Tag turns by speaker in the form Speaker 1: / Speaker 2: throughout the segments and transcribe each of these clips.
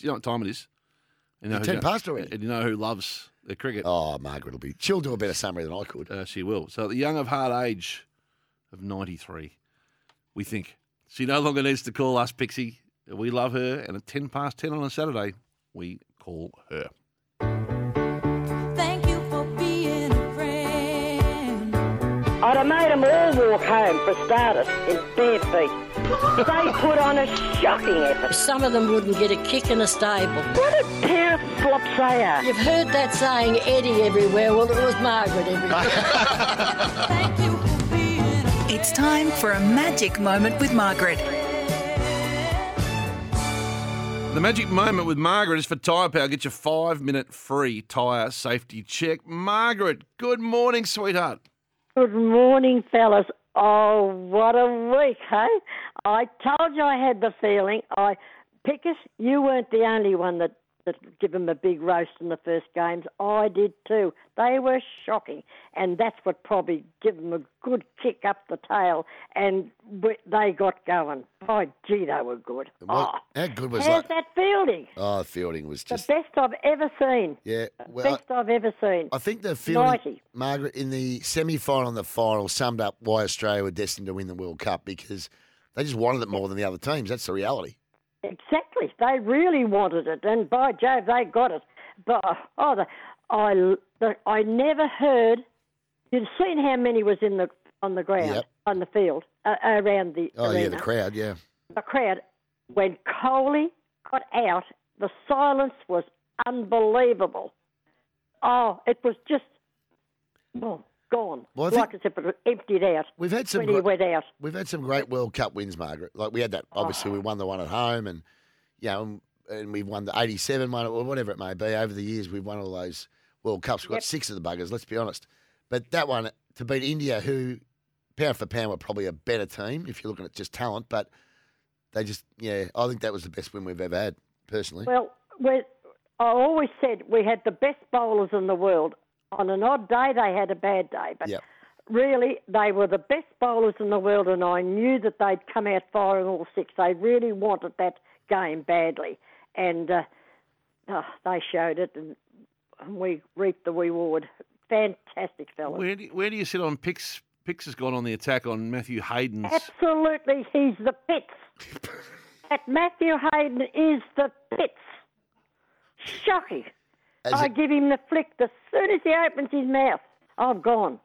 Speaker 1: You know what time it is? You know
Speaker 2: It's
Speaker 1: who
Speaker 2: 10
Speaker 1: go-
Speaker 2: past already.
Speaker 1: And you know who loves the cricket?
Speaker 2: Oh, Margaret will be. She'll do a better summary than I could.
Speaker 1: Uh, she will. So at the young of heart age of 93, we think she no longer needs to call us Pixie. We love her. And at 10 past 10 on a Saturday, we call her.
Speaker 3: Thank you for being a friend.
Speaker 4: I'd have made 'em all walk home for starters in bare feet. They put on a shocking effort.
Speaker 5: Some of them wouldn't get a kick in a stable.
Speaker 4: What a pair of flops they are.
Speaker 5: You've heard that saying, Eddie everywhere. Well, it was Margaret everywhere.
Speaker 3: Thank you for being a
Speaker 6: It's time for a magic moment with Margaret.
Speaker 1: The magic moment with Margaret is for Tyre Power. Get your five minute free tyre safety check. Margaret, good morning, sweetheart.
Speaker 7: Good morning, fellas. Oh, what a week, hey? I told you I had the feeling. I, Pickus, you weren't the only one that that give them a big roast in the first games. I did too. They were shocking, and that's what probably give them a good kick up the tail, and we, they got going. Oh, gee, they were good.
Speaker 2: What,
Speaker 7: oh,
Speaker 2: how good was
Speaker 7: how's
Speaker 2: that?
Speaker 7: that fielding?
Speaker 2: Oh, the fielding was
Speaker 7: The
Speaker 2: just.
Speaker 7: best I've ever seen.
Speaker 2: yeah. Well,
Speaker 7: best I've ever seen.
Speaker 2: I think the fielding,
Speaker 7: Mighty.
Speaker 2: Margaret, in the semi final and the final summed up why Australia were destined to win the World Cup because they just wanted it more than the other teams. That's the reality.
Speaker 7: Exactly. They really wanted it, and by Jove, they got it. But oh, the, I the, I never heard. You've seen how many was in the on the ground
Speaker 2: Yep.
Speaker 7: on the field uh, around the
Speaker 2: Oh, yeah,
Speaker 7: arena.
Speaker 2: the crowd, yeah.
Speaker 7: The crowd. When Coley got out, the silence was unbelievable. Oh, it was just oh, gone.
Speaker 2: Well, I
Speaker 7: like as if it emptied out
Speaker 2: We've had some
Speaker 7: when he
Speaker 2: gr-
Speaker 7: went out.
Speaker 2: we've had some great World Cup wins, Margaret. Like we had that obviously we
Speaker 7: Oh.
Speaker 2: won the one at home and you know and, and we've won the eighty seven one or whatever it may be. Over the years we've won all those World Cups. We've got six of the buggers, let's be honest. But that one to beat India, who pound for pound were probably a better team if you're looking at just talent, but they just yeah, I think that was the best win we've ever had, personally.
Speaker 7: Well, we, I always said we had the best bowlers in the world. On an odd day, they had a bad day, but
Speaker 2: Yep.
Speaker 7: really, they were the best bowlers in the world, and I knew that they'd come out firing all six. They really wanted that game badly, and uh, oh, they showed it, and, and we reaped the reward. Fantastic fellas.
Speaker 1: Where do, where do you sit on Pix? Pix has gone on the attack on Matthew Hayden's.
Speaker 7: Absolutely, he's the pits. that Matthew Hayden is the pits. Shocking.
Speaker 2: As
Speaker 7: I
Speaker 2: it-
Speaker 7: give him the flick as soon as he opens his mouth. I'm gone.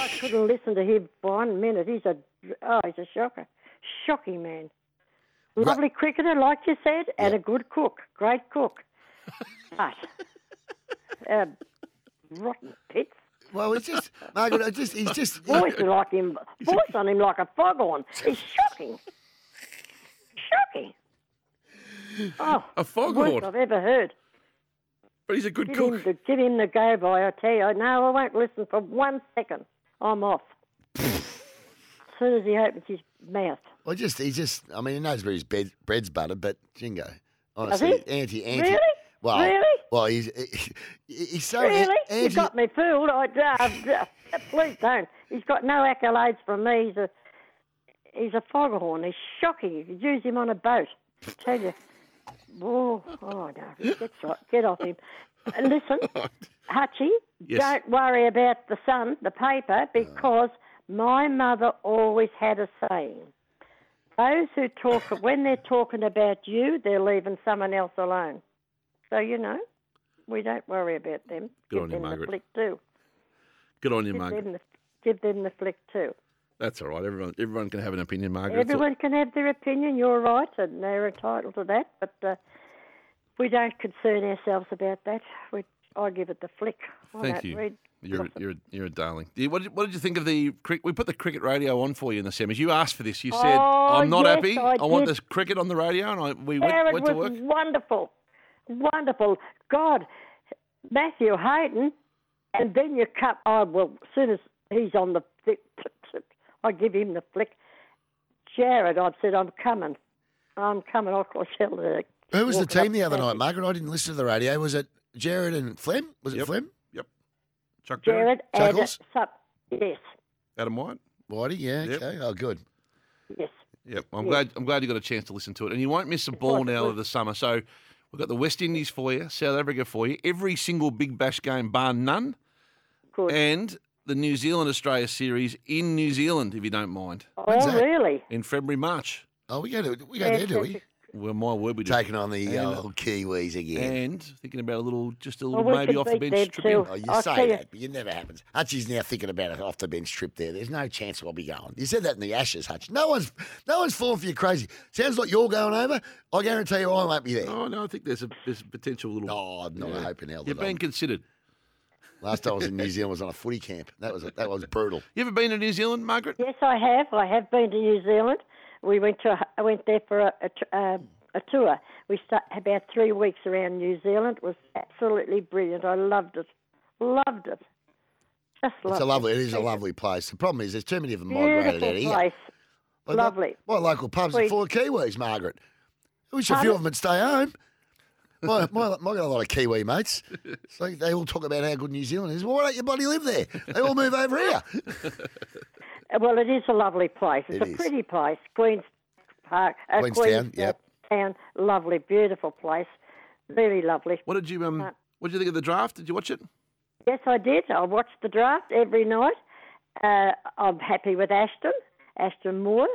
Speaker 7: I couldn't listen to him for one minute. He's a oh, he's a shocker, shocking man. Lovely cricketer, like you said, and a good cook, great cook. but uh, rotten pits.
Speaker 2: well it's just Margaret, I just he's just
Speaker 7: Voice like him, voice on him like a foghorn. It's shocking, shocking. Oh,
Speaker 1: A
Speaker 7: worst
Speaker 1: foghorn,
Speaker 7: I've ever heard.
Speaker 1: but he's a good
Speaker 7: Give
Speaker 1: cook.
Speaker 7: him, the, give him the go by, I tell you. No, I won't listen for one second. I'm off. as soon as he opens his mouth.
Speaker 2: Well, just he just I mean he knows where his bed, bread's buttered, but Jingo, honestly,
Speaker 7: he?
Speaker 2: anti anti.
Speaker 7: Really?
Speaker 2: Well,
Speaker 7: Really?
Speaker 2: Well, he's he- he's so an-
Speaker 7: Really?
Speaker 2: anti.
Speaker 7: You got me fooled. I, uh, uh, please don't. He's got no accolades from me. He's a he's a foghorn. He's shocking. You could use him on a boat. I tell you. Oh, oh no. Get, right, get off him. Uh, Listen, Hutchie,
Speaker 1: Yes.
Speaker 7: don't worry about the sun, the paper, because my mother always had a saying. Those who talk, when they're talking about you, they're leaving someone else alone. So, you know, we don't worry about them.
Speaker 1: Good
Speaker 7: give
Speaker 1: on you,
Speaker 7: them
Speaker 1: Margaret.
Speaker 7: the flick too.
Speaker 1: Good on you,
Speaker 7: Give
Speaker 1: Margaret.
Speaker 7: them, the, give them the flick too.
Speaker 1: That's all right. Everyone everyone can have an opinion, Margaret. It's all-
Speaker 7: Everyone can have their opinion. You're right, and they're entitled to that. But uh, we don't concern ourselves about that. We, I give it the flick. I
Speaker 1: Thank
Speaker 7: don't
Speaker 1: you.
Speaker 7: read
Speaker 1: You're, a-
Speaker 7: gossip.
Speaker 1: you're, a- you're a darling. Do you- What did, what did you think of the cricket? We put the cricket radio on for you in the semis. You asked for this. You said,
Speaker 7: Oh,
Speaker 1: I'm not
Speaker 7: yes,
Speaker 1: happy.
Speaker 7: I
Speaker 1: want
Speaker 7: did.
Speaker 1: this cricket on the radio. And I, we went,
Speaker 7: Sarah, it
Speaker 1: went to
Speaker 7: was
Speaker 1: work.
Speaker 7: wonderful. wonderful. God, Matthew Hayden, and then you cut. Oh well, as soon as he's on the, flick, I give him the flick. Jared, I've said I'm coming. I'm coming. I'll call Sheldon.
Speaker 2: Who was the
Speaker 7: Walking up
Speaker 2: team the other
Speaker 7: to
Speaker 2: night, Margaret? I didn't listen to the radio. Was it Jared and Flem? Was it
Speaker 1: Yep.
Speaker 2: Flem?
Speaker 1: Chuck Berry,
Speaker 7: Jared and
Speaker 2: Chuckles?
Speaker 7: sup. Yes,
Speaker 1: Adam White.
Speaker 2: Whitey, yeah,
Speaker 1: Yep.
Speaker 2: okay. Oh, good.
Speaker 7: yes.
Speaker 1: Yep. I'm glad I'm glad you got a chance to listen to it. And you won't miss a ball
Speaker 7: like-
Speaker 1: now of the summer. So we've got the West Indies for you, South Africa for you, every single Big Bash game bar none.
Speaker 7: Good.
Speaker 1: And the New Zealand Australia series in New Zealand, if you don't mind.
Speaker 2: When's
Speaker 7: Oh
Speaker 2: that?
Speaker 7: really?
Speaker 1: In February, March.
Speaker 2: Oh, we go to we go there, do we?
Speaker 1: Well my word we do.
Speaker 2: Taking on the
Speaker 1: And-
Speaker 2: old Kiwis again.
Speaker 1: And thinking about a little just a
Speaker 7: Well,
Speaker 1: little
Speaker 7: we
Speaker 1: maybe
Speaker 7: could
Speaker 1: off the
Speaker 7: beat
Speaker 1: bench
Speaker 7: them
Speaker 1: trip. in.
Speaker 7: too.
Speaker 2: Oh, you
Speaker 7: I'll
Speaker 2: say
Speaker 7: tell you-
Speaker 2: that, but it never happens. Hutchie's now thinking about an off the bench trip there. There's no chance I'll be going. You said that in the Ashes, Hutch. No one's no one's falling for you crazy. Sounds like you're going over. I guarantee you I won't be there.
Speaker 1: Oh no, I think there's a there's a potential little
Speaker 2: No, I'm not
Speaker 1: Yeah.
Speaker 2: hoping hell.
Speaker 1: You've
Speaker 2: that I'm-
Speaker 1: been considered.
Speaker 2: Last time I was in New Zealand was on a footy camp. That was that was brutal.
Speaker 1: You ever been to New Zealand, Margaret?
Speaker 7: Yes, I have. I have been to New Zealand. We went to I went there for a, a, t- uh, a tour. We start about three weeks around New Zealand. It was absolutely brilliant. I loved it. Loved it. Just loved
Speaker 2: It's a
Speaker 7: it.
Speaker 2: lovely. It is a lovely place. The problem is there's too many of them migrated
Speaker 7: beautiful
Speaker 2: out here.
Speaker 7: place.
Speaker 2: Like,
Speaker 7: Lovely.
Speaker 2: My, my local pubs are
Speaker 7: Sweet.
Speaker 2: full of Kiwis, Margaret. I wish a few of them would stay home. My, my, my got a lot of Kiwi mates. It's like they all talk about how good New Zealand is. Well, why don't you bloody live there? They all move over here.
Speaker 7: Uh, Well, it is a lovely place. It's
Speaker 2: It
Speaker 7: a
Speaker 2: is.
Speaker 7: pretty place. Queens Park, uh,
Speaker 2: Queenstown, yep.
Speaker 7: Town, lovely, beautiful place. Really lovely.
Speaker 1: What did you
Speaker 7: Uh,
Speaker 1: um what did you think of the draft? Did you watch it?
Speaker 7: Yes, I did. I watched the draft every night. Uh, I'm happy with Ashton, Ashton Moore.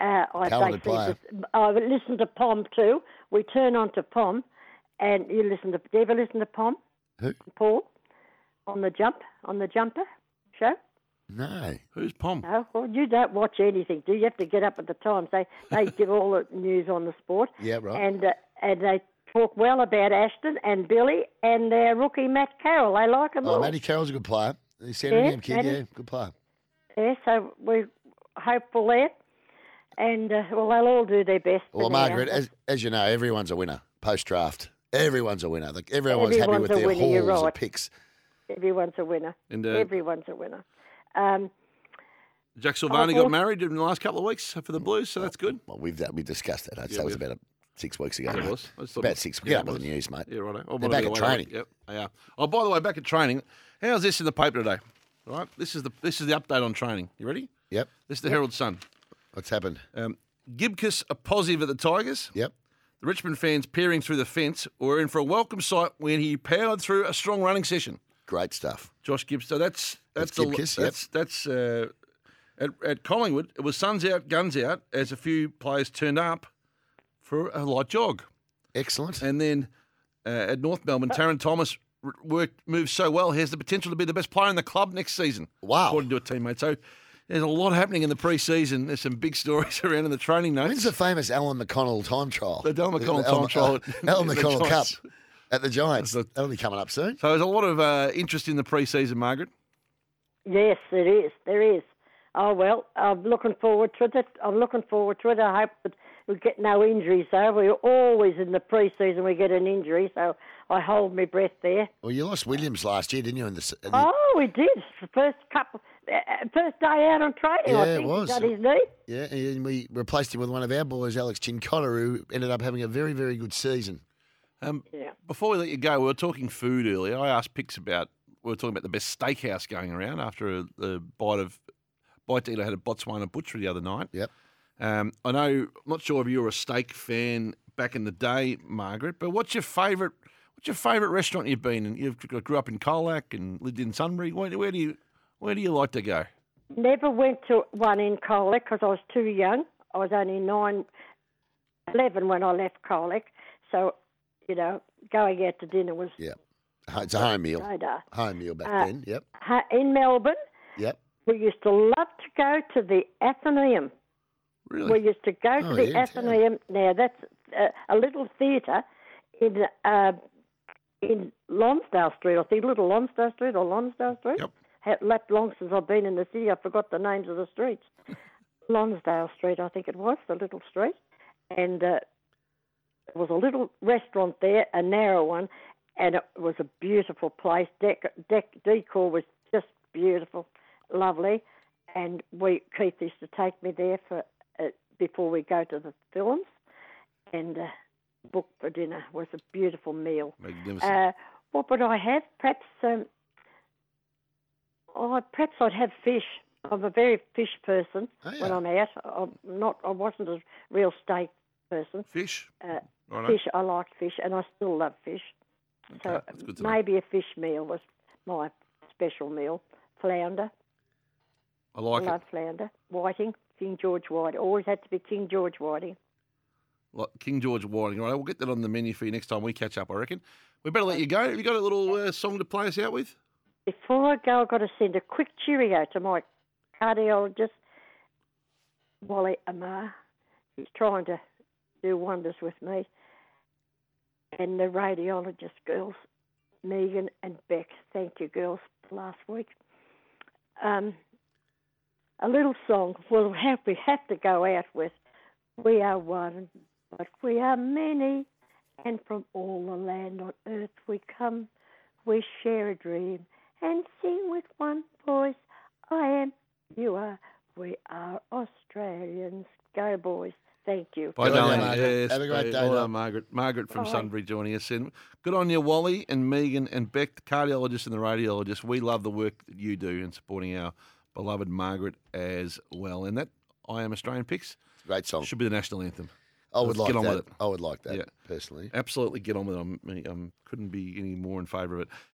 Speaker 7: Uh, I
Speaker 2: Talented
Speaker 7: basically just- I listen to Pom too. We turn on to Pom, and you listen to. Do you ever listen to Pom?
Speaker 2: Who?
Speaker 7: Paul, on the jump, on the jumper show.
Speaker 2: No.
Speaker 1: Who's Pom?
Speaker 7: No, well, you don't watch anything, do you? You have to get up at the time. They they give all the news on the sport.
Speaker 2: Yeah, right.
Speaker 7: And uh, and they talk well about Ashton and Billy and their rookie Matt Carroll. They like them
Speaker 2: Oh,
Speaker 7: all.
Speaker 2: Matty Carroll's a good player. The Sandringham kid,
Speaker 7: Matty.
Speaker 2: yeah, good player.
Speaker 7: Yeah, so we're hopeful there. And, uh, well, they'll all do their best. for
Speaker 2: Well,
Speaker 7: now.
Speaker 2: Margaret, as, as you know, everyone's a winner post draft. Everyone's a winner. Like, everyone was happy
Speaker 7: Everyone's
Speaker 2: with
Speaker 7: a
Speaker 2: their
Speaker 7: winner,
Speaker 2: hauls
Speaker 7: you're
Speaker 2: of
Speaker 7: right.
Speaker 2: picks.
Speaker 7: Everyone's a winner.
Speaker 1: And uh,
Speaker 7: Everyone's a winner. Um,
Speaker 1: Jack Silvani
Speaker 7: Oh,
Speaker 1: got married in the last couple of weeks for the Blues, so that's good.
Speaker 2: Well, we've that we discussed that. That
Speaker 1: Yeah,
Speaker 2: was
Speaker 1: we-
Speaker 2: about six weeks ago.
Speaker 1: It
Speaker 2: mate.
Speaker 1: was. I just thought-
Speaker 2: About six. Get
Speaker 1: Yeah,
Speaker 2: up
Speaker 1: it
Speaker 2: with the
Speaker 1: was.
Speaker 2: news, mate.
Speaker 1: Yeah, right. eh? Oh,
Speaker 2: They're back at training.
Speaker 1: Yep, they are. Oh, by the way, back at training. How's this in the paper today? All right, this is the this is the update on training. You ready?
Speaker 2: Yep.
Speaker 1: This is the Herald Sun.
Speaker 2: What's happened?
Speaker 1: Um, Gibkiss a positive at the Tigers.
Speaker 2: Yep.
Speaker 1: The Richmond fans peering through the fence were in for a welcome sight when he powered through a strong running session.
Speaker 2: Great stuff.
Speaker 1: Josh Gibbs. So that's that's
Speaker 2: That's
Speaker 1: the,
Speaker 2: Gibkiss, yep.
Speaker 1: that's that's uh, at, at Collingwood. It was suns out, guns out, as a few players turned up for a light jog,
Speaker 2: Excellent.
Speaker 1: and then uh, at North Melbourne, Taron Thomas r- worked moved so well. He has the potential to be the best player in the club next season.
Speaker 2: Wow.
Speaker 1: according to a teammate. So. There's a lot happening in the pre-season. There's some big stories around in the training notes.
Speaker 2: When's the famous Alan McConnell time trial?
Speaker 1: The Alan McConnell
Speaker 2: Alan-
Speaker 1: time trial at-
Speaker 2: Alan
Speaker 1: at the
Speaker 2: McConnell Cup
Speaker 1: Giants.
Speaker 2: at the Giants.
Speaker 1: That's the-
Speaker 2: That'll be coming up soon.
Speaker 1: so there's a lot of uh, interest in the pre-season, Margaret.
Speaker 7: yes, it is. There is. Oh, well, I'm looking forward to it. I'm looking forward to it. I hope that we get no injuries, though. We're always in the pre-season we get an injury, so I hold my breath there.
Speaker 2: Well, you lost Williams last year, didn't you? In the, s- in the
Speaker 7: Oh, we did. First couple, uh, uh, first day out on training,
Speaker 2: Yeah,
Speaker 7: I
Speaker 2: it
Speaker 7: think.
Speaker 2: was.
Speaker 7: He got his knee.
Speaker 2: yeah, and we replaced him with one of our boys, Alex Chincotta, who ended up having a very, very good season.
Speaker 1: Um,
Speaker 7: Yeah.
Speaker 1: Before we let you go, we were talking food earlier. I asked Pix about we were talking about the best steakhouse going around after a, a bite of bite to eat. I had a Botswana butcher the other night.
Speaker 2: Yep.
Speaker 1: Um, I know. I'm not sure if you were a steak fan back in the day, Margaret. But what's your favourite? What's your favourite restaurant you've been in? You have grew up in Colac and lived in Sunbury. Where, where do you Where do you like to go?
Speaker 7: Never went to one in Colac because I was too young. I was only nine, 11 when I left Colac. So, you know, going out to dinner was
Speaker 2: Yep. It's a home meal.
Speaker 7: radar.
Speaker 2: Home meal back
Speaker 7: Uh,
Speaker 2: then. Yep.
Speaker 7: Ha- In Melbourne,
Speaker 2: Yep.
Speaker 7: we used to love to go to the Athenaeum.
Speaker 1: Really?
Speaker 7: We used to go
Speaker 2: Oh,
Speaker 7: to the
Speaker 2: yeah, it's- yeah.
Speaker 7: Athenaeum. Now, that's uh, a, a little theatre in uh, in Lonsdale Street, I think, Little Lonsdale Street or Lonsdale Street.
Speaker 1: Yep.
Speaker 7: Ha- lap long since I've been in the city. I forgot the names of the streets. Lonsdale Street, I think it was, the little street. And uh, There was a little restaurant there, a narrow one, and it was a beautiful place. Dec- dec- decor was just beautiful, lovely. And we Keith used to take me there for uh, before we go to the films, and uh, book for dinner was a beautiful meal.
Speaker 1: Magnificent.
Speaker 7: Uh, what would I have? Perhaps, um, oh, perhaps I'd have fish. I'm a very fish person
Speaker 2: Oh, yeah.
Speaker 7: when I'm out. I'm not. I wasn't a real steak person.
Speaker 1: Fish.
Speaker 7: Uh,
Speaker 1: Righto.
Speaker 7: fish. I liked fish, and I still love fish.
Speaker 1: Okay,
Speaker 7: So
Speaker 1: that's good to know.
Speaker 7: maybe a fish meal was my special meal. Flounder.
Speaker 1: I like
Speaker 7: I
Speaker 1: it.
Speaker 7: love flounder. Whiting. King George White. Always had to be King George Whiting.
Speaker 1: Like King George Whiting. All right, we'll get that on the menu for you next time we catch up. I reckon. We better let you go. Have you got a little uh, song to play us out with?
Speaker 7: Before I go, I've got to send a quick cheerio to my cardiologist, Wally Amar. He's trying to do wonders with me. And the radiologist girls, Megan and Beck. Thank you, girls, for last week. Um, a little song we'll have, we have to go out with. We are one, but we are many, and from all the land on earth we come. We share a dream and sing with one voice. I am, you are, we are Australians. Go, boys. Thank you.
Speaker 1: Bye,
Speaker 2: Good on you,
Speaker 1: darling.
Speaker 2: Margaret.
Speaker 1: Yes,
Speaker 2: Have a great
Speaker 1: babe.
Speaker 2: day,
Speaker 1: Well done,
Speaker 2: love.
Speaker 1: Margaret. Margaret from
Speaker 7: Bye.
Speaker 1: Sunbury joining us. And good on you, Wally and Megan and Beck, the cardiologist and the radiologist. We love the work that you do in supporting our beloved Margaret as well. And that I Am Australian Picks
Speaker 2: Great song.
Speaker 1: should be the national anthem.
Speaker 2: I would
Speaker 1: Let's
Speaker 2: like
Speaker 1: get on
Speaker 2: that.
Speaker 1: with it.
Speaker 2: I would like that
Speaker 1: Yeah.
Speaker 2: personally.
Speaker 1: Absolutely get on with it. I um, couldn't be any more in favour of it.